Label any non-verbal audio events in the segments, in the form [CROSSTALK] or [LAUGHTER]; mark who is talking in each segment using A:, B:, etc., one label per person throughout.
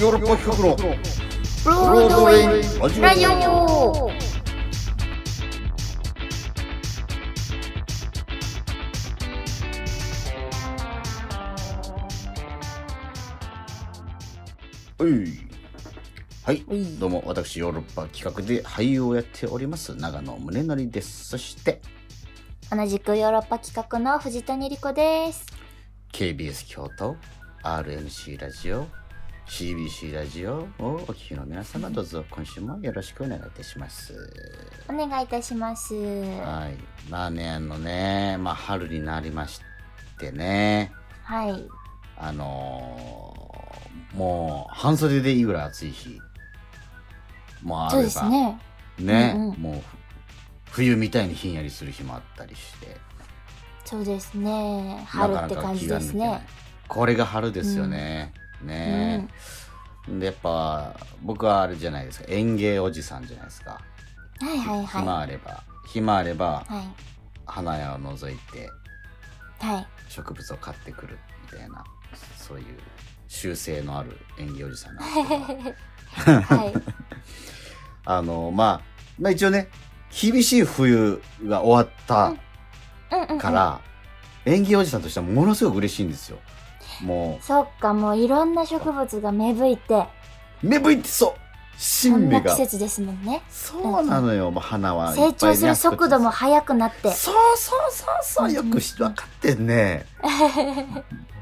A: ヨーロッパ企画のロードレインラジオ
B: ラジオ
A: はいはい、どうも私ヨーロッパ企画で俳優をやっております長野宗則ですそして
B: 同じくヨーロッパ企画の藤谷莉子です。
A: KBS 京都 RNC ラジオ CBC ラジオをお聞きの皆様どうぞ今週もよろしくお願いいたします
B: お願いいたします。は
A: はいまあねあのねまあ春になりましてね
B: い。
A: あのーもう半袖でいいぐらい暑い日もあれ
B: そう
A: ば
B: ですね。
A: ね
B: うんうん
A: もうふ冬みたいにひんやりする日もあったりして
B: そうですね。春って感じで
A: なかなか気が抜
B: す
A: けない
B: ね。
A: これが春ですよね、ねでやっぱ僕はあれじゃないですか園芸おじさんじゃないですか、
B: はいはいはい。
A: 暇あれば暇あれば
B: はい。
A: 花屋を覗いて
B: はい。
A: 植物を買ってくるみたいなそういう習性のある園芸おじさんなんですけ
B: [LAUGHS]
A: ど
B: はい。
A: あの、まあ、まあ一応ね、厳しい冬が終わった
B: うんうんうん。
A: [LAUGHS] から、演技おじさんとしてはものすごく嬉しいんですよ。も
B: そっか、もういろんな植物が芽吹いて、
A: う、芽吹いてそう
B: こ
A: 新
B: ん
A: 芽
B: な季
A: が。
B: 節ですもんね。
A: そうなのよ、もう花はいっぱいね
B: 成長する速度も
A: あち
B: 速くなって
A: こち。そうそうそうそう、よくし分かってん
B: [LAUGHS]
A: ね。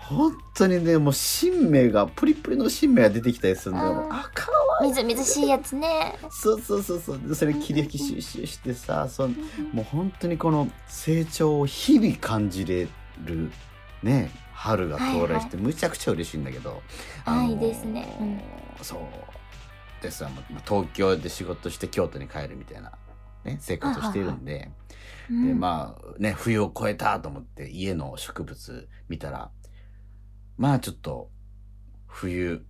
A: 本当にね、もう新芽が、プリプリの新芽が出てきたりするのよ。
B: うん
A: あ、かわい
B: み
A: い。
B: ずみずしいや
A: [LAUGHS]
B: つね。
A: そうそうそうそう。でそれ切り引きシュッシュッしてさ、そのもう本当にこの成長を日々感じれるね春が到来してむちゃくちゃ嬉しいんだけど、
B: はいですねうん
A: そうですわもう東京で仕事して京都に帰るみたいな、ね、生活をしているんで、で
B: うん
A: まあね冬を越えたと思って家の植物見たらまあちょっと冬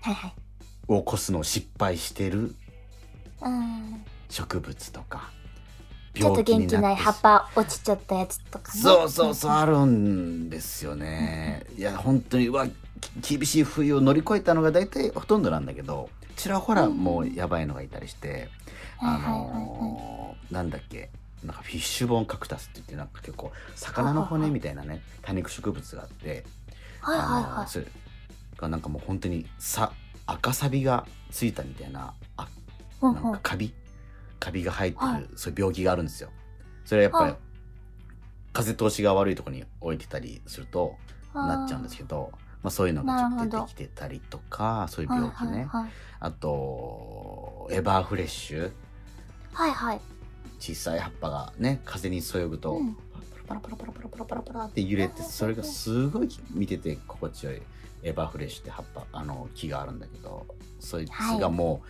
B: はいはい。
A: を越すのを失敗してる
B: うん。
A: 植物とか
B: ちょっと元気ない葉っぱ落ちちゃったやつとかね。
A: そうそうそうあるんですよね。いや本当にうわき厳しい冬を乗り越えたのが大体ほとんどなんだけどちらほらもうやばいのがいたりして、
B: はい
A: あ
B: はいはいはい。
A: のーなんだっけなんかフィッシュボーンカクタスって言ってなんか結構魚の骨みたいなね多肉植物があって、
B: はいはい
A: あの
B: は
A: ーそれがなんかもう本当にさ赤サビがついたみたいなあ
B: い。ほ
A: なんん
B: ほ
A: か
B: ん
A: カビカビが入ってる、
B: はい
A: そういう病気があるんですよそれはやっぱり、
B: はい
A: 風通しが悪いところに置いてたりするとなっちゃうんですけどまあ、そういうのがちょっ
B: な
A: と出
B: るほど
A: てきてたりとかそういう病気ね、
B: はい
A: あとエバーフレッシュ
B: はいはい。
A: 小さい葉っぱがね風にそよぐと、
B: うん
A: パラパラパラパラパラパラパラって揺れてそれがすごい見てて心地よいエバーフレッシュって葉っぱあの木があるんだけどそいつがも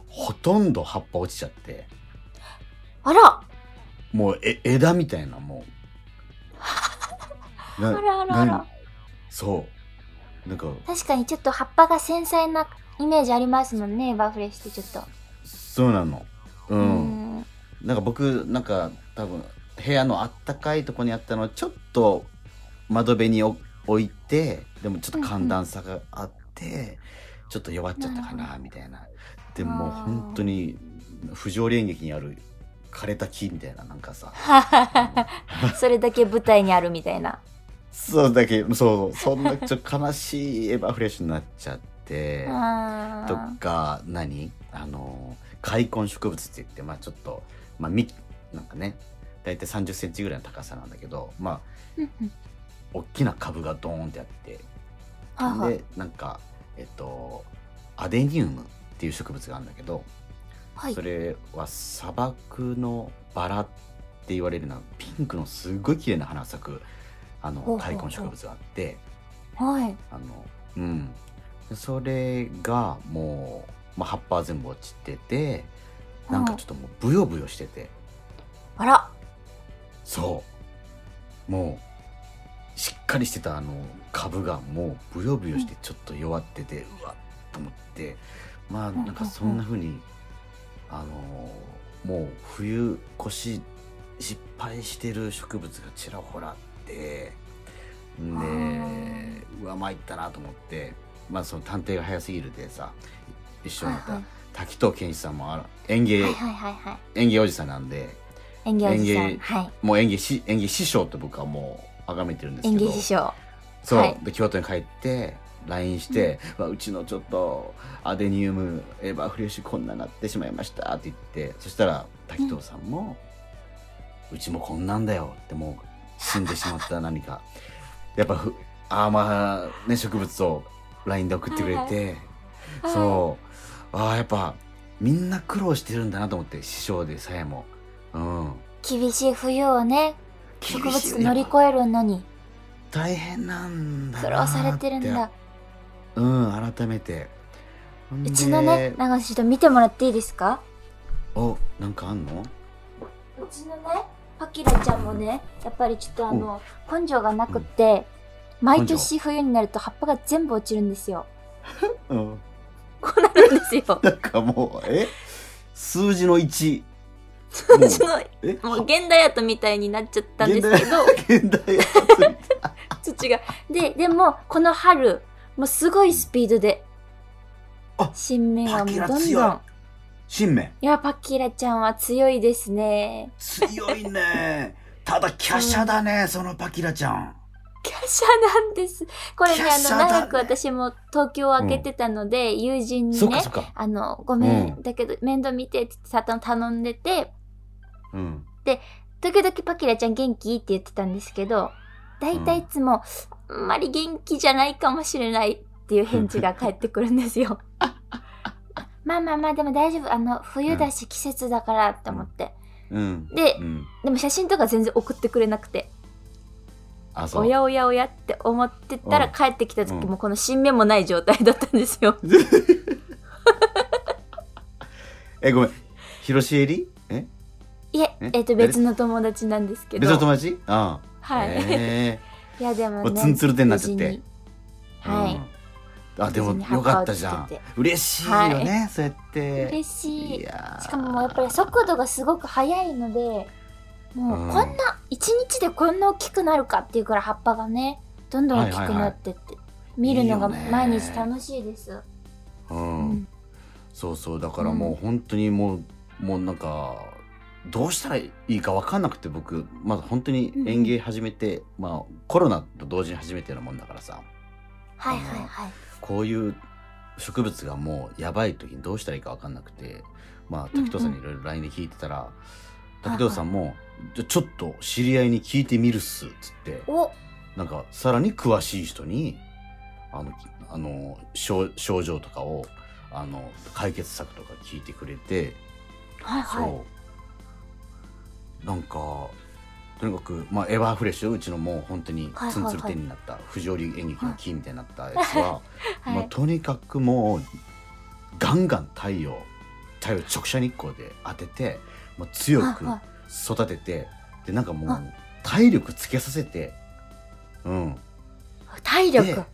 A: う、ほとんど葉っぱ落ちちゃって。
B: あら
A: もうえ枝みたいなもう
B: あ
A: な
B: らあらあら
A: 何。そうなんか
B: 確かにちょっと葉っぱが繊細なイメージありますもんね、エバーフレッシュってちょっと。
A: そうなのう、。
B: うん [LAUGHS]
A: なんか僕なんか多分部屋のあったかいとこにあったのをちょっと窓辺に置置いてでもちょっと寒暖差があって、ちょっと弱っちゃったか
B: なるほ
A: なみたいなでももう
B: あー
A: 本当に不条理演劇にある枯れた木みたいななんか
B: [LAUGHS]
A: さ
B: それだけ舞台にあるみたいな。
A: そうだけそうそんなちょっと悲しいエバーフレッシュになっちゃって
B: あ
A: と
B: ー
A: か何あの開根植物って言ってまあちょっとまあみなんかね大体3 0センチぐらいの高さなんだけどまあ
B: うんうん
A: 大きな株がドーンってあって
B: はいはい
A: でなんかえっとアデニウムっていう植物があるんだけど、
B: はい
A: そ。れは砂漠のバラって言われるのはピンクのすごい綺麗な花咲くあ
B: ほ
A: の
B: うほうほう
A: 開根植物があって。
B: はい。
A: あのうんそれがもう、まあ、葉っぱは全部落ちててなんかちょっともうブヨブヨしてて
B: あら
A: そうもうしっかりしてたあの株がもうブヨブヨしてちょっと弱ってて、うわっと思ってまあ
B: ん
A: なんかそんな風にあのもう冬越し失敗してる植物がちらほらあってんで
B: ー
A: うわ参ったなと思ってまあ、その探偵が早すぎるでさ一緒にやっ
B: は
A: た
B: い
A: 滝藤健一さんもあら演芸、
B: はいはいはいはい。
A: 演芸おじさんなんで
B: 演芸おじさ
A: 演
B: ん。
A: 芸
B: はい。
A: もう演技し演技師匠と僕はもう崇めてるんですけ
B: 演
A: ど
B: 芸師匠。
A: そう、
B: はい
A: で京都に帰って LINE して、ううちのちょっとアデニウムエバーフレッシュこんななってしまいましたって言ってそしたら滝藤さんも、うちもこんなんだよってもう死んでしまった [LAUGHS] 何かやっぱふあーまあね植物を LINE で送ってくれて、
B: はい
A: そうああやっぱみんな苦労してるんだなと思って師匠でさえもうん
B: 厳しい冬をね、植
A: 厳しい
B: 物
A: ね
B: 乗り越えるのに
A: 大変なんだ
B: 苦
A: なー
B: 労
A: って
B: されてるんだ。
A: うん改めて
B: うちのね
A: で、
B: なんかちょっと見てもらっていいですか
A: おなんかあんの
B: うちのね、パキラちゃんもね、やっぱりちょっとあの、根性がなくって、毎年冬になると葉っぱが全部落ちるんですよ。
A: うん
B: こうなるんですよ。
A: なんかもうえ数字の1
B: [LAUGHS] うちの、
A: え
B: もう現代アートみたいになっちゃったんですけど、
A: 現代アートみたい
B: 土が。で、でも、この春、もうすごいスピードで
A: あ、
B: 新芽がもうどん
A: パ
B: どん。
A: キ
B: い
A: ラ強い [LAUGHS] 新名
B: や、パキラちゃんは強いですね。
A: 強いねただ華奢だね、そのパキラちゃん
B: 華奢なんです。これね、あ
A: 華
B: の、
A: 奢だね
B: 長く私も東京を開けてたので、友人
A: そ
B: に
A: っか
B: ね
A: そ、っか
B: あの、ごめん、
A: うん
B: だけど面倒見てってさ頼んでて、
A: うん
B: 時々パキラちゃん元気って言ってたんですけど、だいたいいつも、あんまり元気じゃないかもしれないっていう返事が返ってくるんで
A: [LAUGHS]
B: すよ。まあまあまあ、でも大丈夫。あの、冬だし季節だからって思って。
A: うん
B: で
A: う、ん
B: でも写真とか全然送ってくれなくて、
A: あそ
B: お
A: う
B: やおやおやって思ってた
A: う
B: ら
A: ん
B: 帰ってきた時
A: うん
B: もこの新芽もない状態だったんですよ。
A: [LAUGHS] えごめん広しえりえ
B: いえ、
A: え
B: えっ、と、別の友達なんですけど。
A: 別の友達ああ
B: はい。
A: え
B: いや、でも
A: もう
B: ね。
A: ツンツルでになっちゃって
B: 無事に
A: ー
B: はい。
A: うんあでも
B: 無事に葉
A: よ
B: っぱ
A: か
B: を
A: ったじゃ
B: つけ
A: ん
B: て
A: 嬉しいよね、そうやって
B: 嬉しい。
A: やー
B: しかももうやっぱり速度がすごく速いので、もううんこんな、一日でこんな大きくなるかっていうくらい葉っぱがね、どんどん大きくなってって、見るのが
A: いいよね
B: 毎日楽しいです。
A: うん
B: うん
A: そうそうだからもう本当にもう、もうなんかどうしたらいいか分かんなくて僕まだ本当に園芸始めて、まあコロナと同時に始めてるもんだからさ
B: はいはいはい。
A: こういう植物がもうやばい時にどうしたらいいか分かんなくてまあ
B: うんうん
A: 滝藤さんにいろいろ LINE で聞いてたら、滝藤さんも「じゃあちょっと知り合いに聞いてみるっす」っつって
B: お、
A: なんかさらに詳しい人にあのあの症症状とかをあの解決策とか聞いてくれて、
B: はいはい。
A: そうなんかとにかく、まあ、エバーフレッシュうちのもう本当に
B: はいはい
A: ツンツルテンになった、藤織演劇の木みたいになったやつ
B: [LAUGHS]
A: は、
B: はい
A: もうとにかくもうガンガン太陽太陽直射日光で当ててもう強く
B: はいは
A: 育ててでなんかも
B: は
A: う体力つけさせて。うん、
B: 体力。
A: で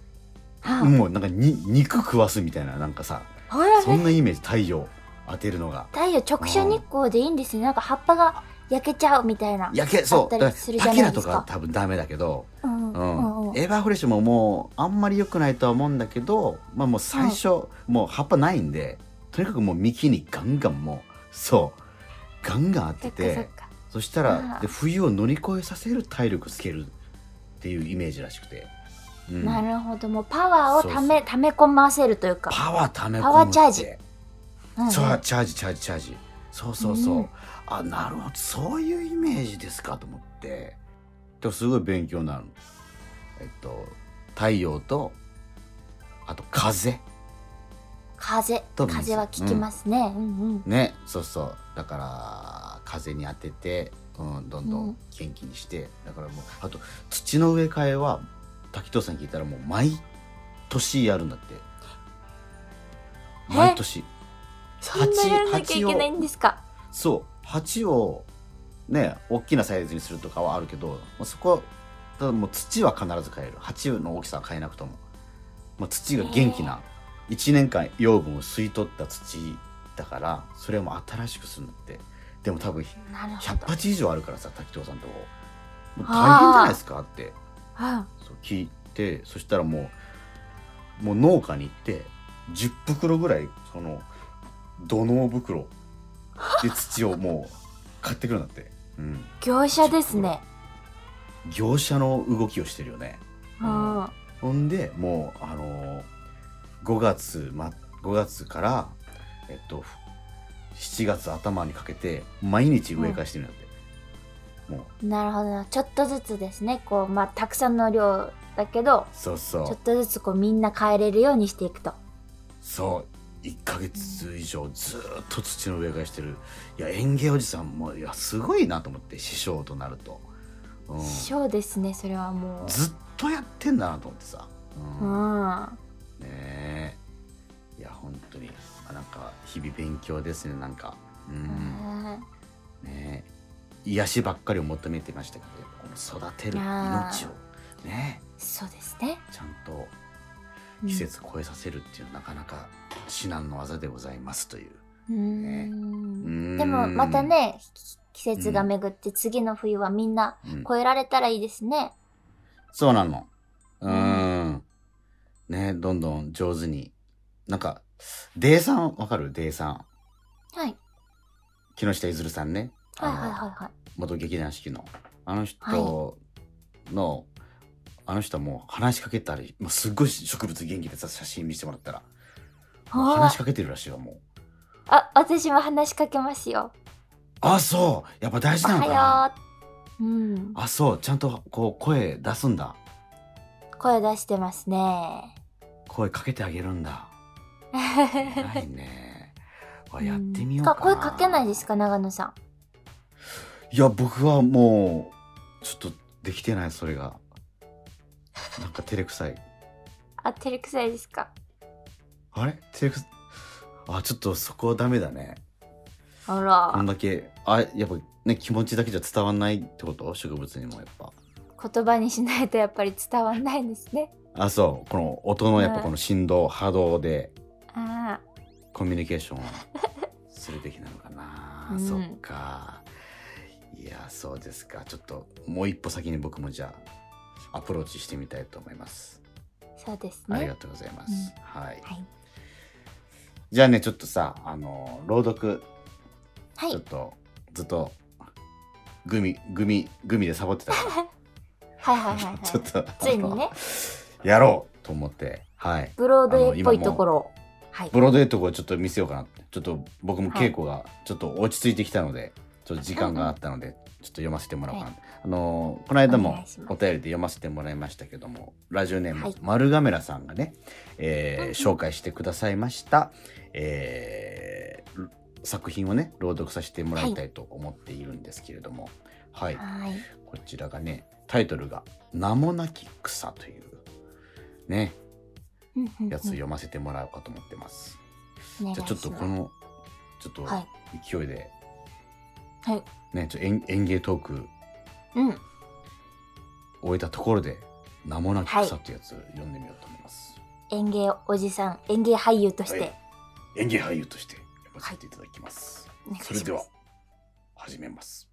B: はい。
A: もうなんかに肉食わすみたいななんかさ
B: ほら
A: そん
B: ね、
A: なイメージ太陽当てるのが
B: 太陽直射日光でいいんですよ。なんか葉っぱが焼けちゃうみたいな。
A: 焼けそう
B: あった
A: だ
B: り
A: から
B: するじゃ
A: パ
B: な
A: キ
B: いで
A: ラ
B: すか
A: とかは多分ダメだけど、
B: うん
A: う
B: うんんうん。
A: エヴァーフレッシュももうあんまり良くないとは思うんだけどまあもう最初、もう葉っぱないんでとにかくもう幹にガンガンもうそうガンガン
B: そ
A: 当
B: ってかそってか。
A: そした
B: あ
A: ら
B: ー
A: で冬を乗り越えさせる体力つけるっていうイメージらしくて、うん
B: なるほど。もうパワーをた
A: そう
B: め、ため込ませるというか。
A: パワーため込むって
B: パワーチャージうんうん
A: そうチャージチャージチャージそうそうそう、
B: うん
A: あなるほどそういうイメージですかと思ってでもすごい勉強になるえっと太陽とあと風
B: 風
A: と水
B: 風は効きますね、うん、うん
A: ねそうそうだから風に当てて、うん、どんど
B: うんん
A: 元気にして、だからもうあと土の植え替えは滝藤さんに聞いたらもう毎年やるんだって
B: え
A: 毎年
B: そんなやらなきゃいけないんですか
A: そう鉢をね大きなサイズにするとかはあるけど、まあ、そこはただもう土は必ず変える鉢の大きさは変えなくとも、まあ、土が元気な1年間養分を吸い取った土だからそれをもう新しくするんだってでも多分
B: なるほ
A: 100
B: ど、
A: 鉢以上あるからさ滝藤さんとこもう
B: あー
A: 大変じゃないですかって
B: うん
A: そう聞いてそしたらもうもう農家に行って10袋ぐらいその土のう袋で土をもう買ってくるんだって、うん、
B: 業者ですね。
A: 業者の動きをしてるよねうん
B: あ
A: ほんでもうあのー、5月、ま、5月からえっとふ7月頭にかけて毎日植え替えしてるんだって、もう
B: ーなるほどな。ちょっとずつですね。こう、まあ、たくさんの量だけど、
A: そうそ
B: ちょ
A: う
B: っとずつこうみんな変えれるようにしていくと。
A: そう1ヶ月以上ずーっと土の植え替えしてるいや園芸おじさんもいやすごいなと思って師匠となると、うん、
B: 師匠ですね、それはもう。
A: ずっとやってんだなと思ってさ、
B: う
A: うん
B: ん。
A: ねえいや本当にあなんか日々勉強ですねなんかうん、
B: うん
A: ねえ癒しばっかりを求めてましたけどやっぱこの育てる
B: いや
A: 命
B: ー
A: をね
B: そうですね。
A: えちゃんと
B: うん
A: 季節超えさせるっていう、なかなか至難の技でございますという
B: うー。
A: ねうんーん
B: でもまた、ね、き季節が巡って次の冬はみんな
A: うん
B: 越えられたらいいですね。
A: そうなのうーんねえどんどん上手になんか D さんわかる D さん
B: はい。
A: 木下ゆずるさんねあ
B: はい
A: の
B: はいはいはい。
A: 元劇団四季のあの人の、あの人はもう話しかけたり、まあ、すっごい植物元気でさ写真見せてもらったらもう
B: あ
A: 話しかけてるらしいわもう
B: あ、私も話しかけますよ。
A: あそうやっぱ大事
B: お
A: なのかな
B: はよう。うん。
A: あそうちゃんとこう声出すんだ
B: 声出してますね。
A: 声かけてあげるんだ偉い
B: [LAUGHS]
A: ねわやってみよう
B: か
A: かな
B: 声かけないですか、長野さん。
A: いや僕はもうちょっとできてないそれがなんか照れくさい [LAUGHS]
B: あ、照れくさいですか。
A: あれ照れくさあちょっとそこはダメだね
B: あ
A: こん
B: ら、
A: だけあやっぱね気持ちだけじゃ伝わんないってこと植物にもやっぱ
B: 言葉にしないとやっぱり伝わんないんですね。
A: あそうこの音のやっぱ
B: うん
A: この振動、波動で
B: あ
A: コミュニケーションをするべきなのかな、
B: [LAUGHS] うん
A: そっかいやそうですかちょっともう一歩先に僕もじゃあアプローチしてみたいと思います、
B: あ、そうです
A: ありが
B: ね。
A: とうございます、
B: う
A: はい
B: はい。
A: じゃあねちょっとさあの朗読
B: は
A: ちょっ
B: い。
A: とずっとグミグミグミでサボってたから
B: [LAUGHS] はいはいはい、はい。
A: ちょっと
B: ついにね
A: やろうと思ってはい
B: ブロードウェイっぽいところを。はい。
A: ブロードウェイとこちょっと見せようかなってちょっと僕も稽古がちょっと落ち着いてきたので、ちょっと時間があったのでちょっと読ませてもらおうかな、あのーこの間
B: お
A: も
B: 願いします
A: お便りで読ませてもらいましたけどもラジオネー
B: は
A: ム
B: い
A: 丸カメラさんがね、えー
B: うんうん
A: 紹介してくださいました、えー作品をね朗読させてもらいたいと思っているんですけれどもはい、
B: はい。
A: こちらがねタイトルが「名もなき草」というね
B: うんうんうん
A: やつを読ませてもらおうかと思ってます。
B: お願い
A: じゃあちょっとこ
B: し
A: のちょっと
B: ますはい。
A: 勢いで、
B: はい。
A: ねちょ園園芸トーク
B: うん。
A: 終えたところで「名もなき草」ってやつ読んでみようと思います。
B: 園芸おじさん、園芸俳優とし
A: は
B: て
A: い園芸俳優として読ませていただきます。
B: お願いします。
A: それでは始めます。